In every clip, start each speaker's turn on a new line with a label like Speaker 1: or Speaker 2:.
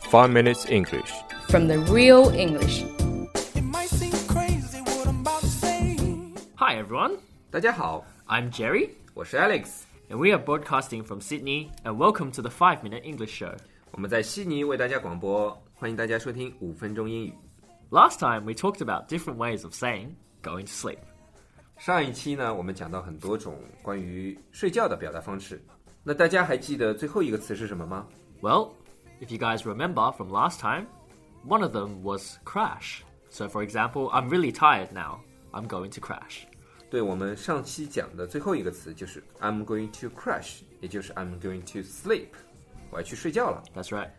Speaker 1: 5 Minutes English.
Speaker 2: from the real English.
Speaker 3: It might seem crazy what I'm about to say.
Speaker 4: Hi everyone,
Speaker 5: 大家好，
Speaker 4: I'm Jerry,
Speaker 5: 我是 Alex，
Speaker 4: and we are broadcasting from Sydney, and welcome to the 5 Minute English Show.
Speaker 5: 我们在悉尼为大家广播，欢迎大家收听五分钟英语。
Speaker 4: Last time we talked about different ways of saying going to sleep.
Speaker 5: 上一期呢，我们讲到很多种关于睡觉的表达方式。那大家还记得最后一个词是什么吗？
Speaker 4: Well, if you guys remember from last time, one of them was crash. So, for example, I'm really tired now, I'm going to crash.
Speaker 5: 对我们上期讲的最后一个词就是 I'm going to crash，也就是 I'm going to sleep，我要去睡觉了。
Speaker 4: That's right.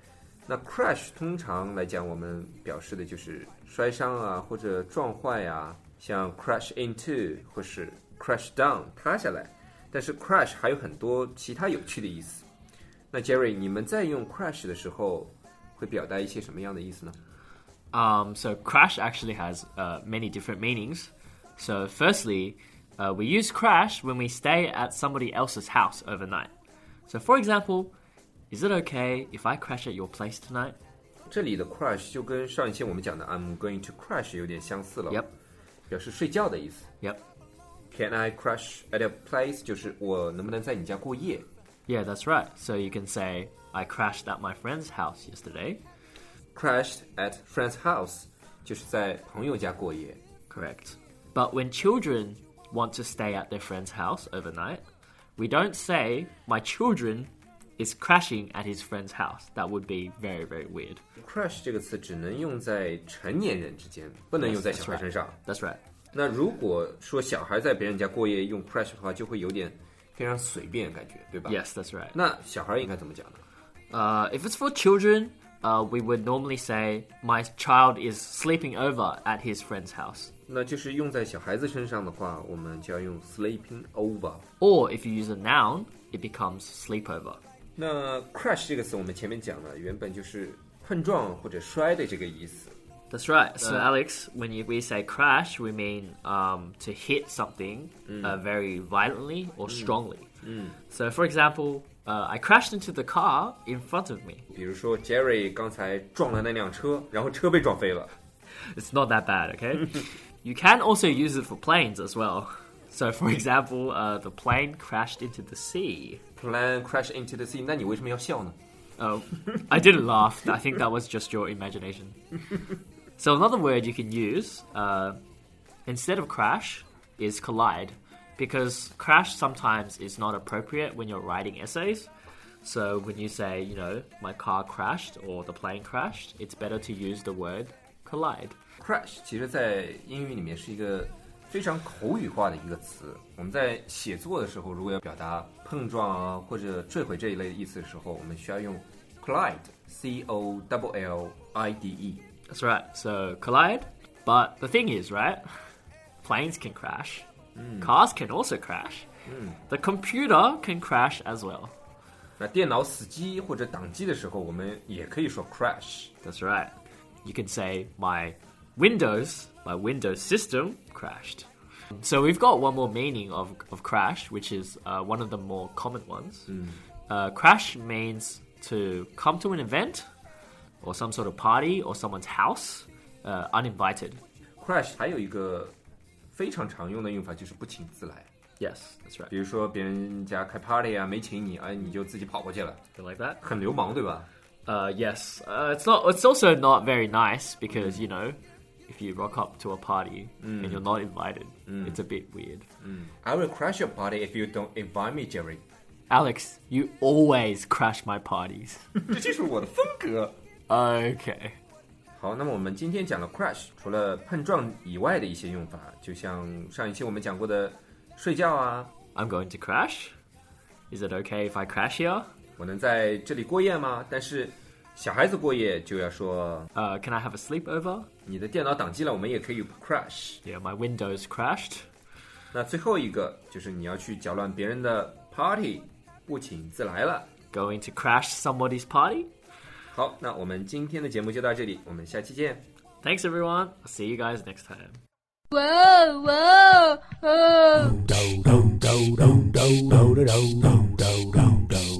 Speaker 5: 那 crash 通常来讲，我们表示的就是摔伤啊，或者撞坏啊，像 crash into 或是 crash down 塌下来。但是 crash 还有很多其他有趣的意思。那 Jerry，你们在用 crash 的时候，会表达一些什么样的意思呢？
Speaker 4: Um, so, crash actually has uh, many different meanings. So, firstly, uh, we use crash when we stay at somebody else's house overnight. So, for example, is it okay if I crash at your place tonight?
Speaker 5: 这里的 crash 就跟上一期我们讲的 I'm going to crash 有点相似了
Speaker 4: Yep.
Speaker 5: 表示睡觉的意思。
Speaker 4: Yep.
Speaker 5: Can I crash at a place？就是我能不能在你家过夜？
Speaker 4: Yeah, that's right. So you can say, I crashed at my friend's house yesterday.
Speaker 5: crashed at friend's house，就是在朋友家过夜。
Speaker 4: Correct. But when children want to stay at their friend's house overnight, we don't say, my children is crashing at his friend's house. That would be very, very weird.
Speaker 5: crash 这个词只能用在成年人之间，不能用在
Speaker 4: Yes,
Speaker 5: 小孩身上。
Speaker 4: That's right.
Speaker 5: 那如果说小孩在别人家过夜用 crash 的话，就会有点非常随便感觉，对吧
Speaker 4: Yes, that's right.
Speaker 5: 那小孩应该怎么讲呢？
Speaker 4: Uh, if it's for children, uh, we would normally say, my child is sleeping over at his friend's house.
Speaker 5: 那就是用在小孩子身上的话，我们就要用 sleeping over。
Speaker 4: Or if you use a noun, it becomes sleepover.
Speaker 5: 那 crash 这个词我们前面讲了，原本就是碰撞或者摔的这个意思。
Speaker 4: That's right.
Speaker 5: Uh,
Speaker 4: So, Alex, when you, we say crash, we mean um, to hit something
Speaker 5: Mm.
Speaker 4: uh, very violently or strongly. So, for example, uh, I crashed into the car in front of me.
Speaker 5: 比如说 Jerry 刚才撞了那辆车，然后车被撞飞了。
Speaker 4: It's not that bad, okay? you can also use it for planes as well. So, for example, uh, the plane crashed into the sea.
Speaker 5: Plan crash into the sea，那你为什么要笑呢？
Speaker 4: Oh, I didn't laugh. I think that was just your imagination. so another word you can use uh, instead of crash is collide, because crash sometimes is not appropriate when you're writing essays. So when you say, you know, my car crashed or the plane crashed, it's better to use the word collide.
Speaker 5: crash 其实，在英语里面是一个非常口语化的一个词。我们在写作的时候，如果要表达碰撞啊或者坠毁这一类意思的时候，我们需要用 collide，c o double l i d e。
Speaker 4: That's right. So collide. But the thing is, right? Planes can crash. Cars can also crash. The computer can crash as well.
Speaker 5: 那电脑死机或者宕机的时候，我们也可以说 crash。
Speaker 4: That's right. You can say my Windows, my Windows system crashed. So we've got one more meaning of, of crash, which is uh, one of the more common ones. Uh, crash means to come to an event or some sort of party or someone's house uh, uninvited.
Speaker 5: crash 还有一个非常常用的用法就是不请自来，
Speaker 4: Yes, that's right.
Speaker 5: 比如说别人家开 party 啊，没请你，哎，你就自己跑过去了，
Speaker 4: Something like that.
Speaker 5: 很流氓，对吧？
Speaker 4: Uh, yes, uh, it's not. It's also not very nice because you know, if you rock up to a party and you're not invited, it's a bit weird.
Speaker 5: I will crash your party if you don't invite me, Jerry。
Speaker 4: Alex, you always crash my parties.
Speaker 5: 这就是我的风格。
Speaker 4: Okay.
Speaker 5: 好，那么我们今天讲了 crash，除了碰撞以外的一些用法，就像上一期我们讲过的睡觉啊，
Speaker 4: I'm going to crash. Is it okay if I crash here?
Speaker 5: 我能在这里过夜吗？但是小孩子过夜就要说
Speaker 4: Uh, can I have a sleepover?
Speaker 5: 你的电脑宕机了，我们也可以 crash。
Speaker 4: Yeah, my window's crashed.
Speaker 5: 那最后一个就是你要去搅乱别人的 party，不请自来了。
Speaker 4: Going to crash somebody's party?
Speaker 5: 好，那我们今天的节目就到这里，我们下期见。
Speaker 4: Thanks, everyone. I'll see you guys next time.
Speaker 2: Whoa, whoa, oh.
Speaker 6: do do do do do do do do do do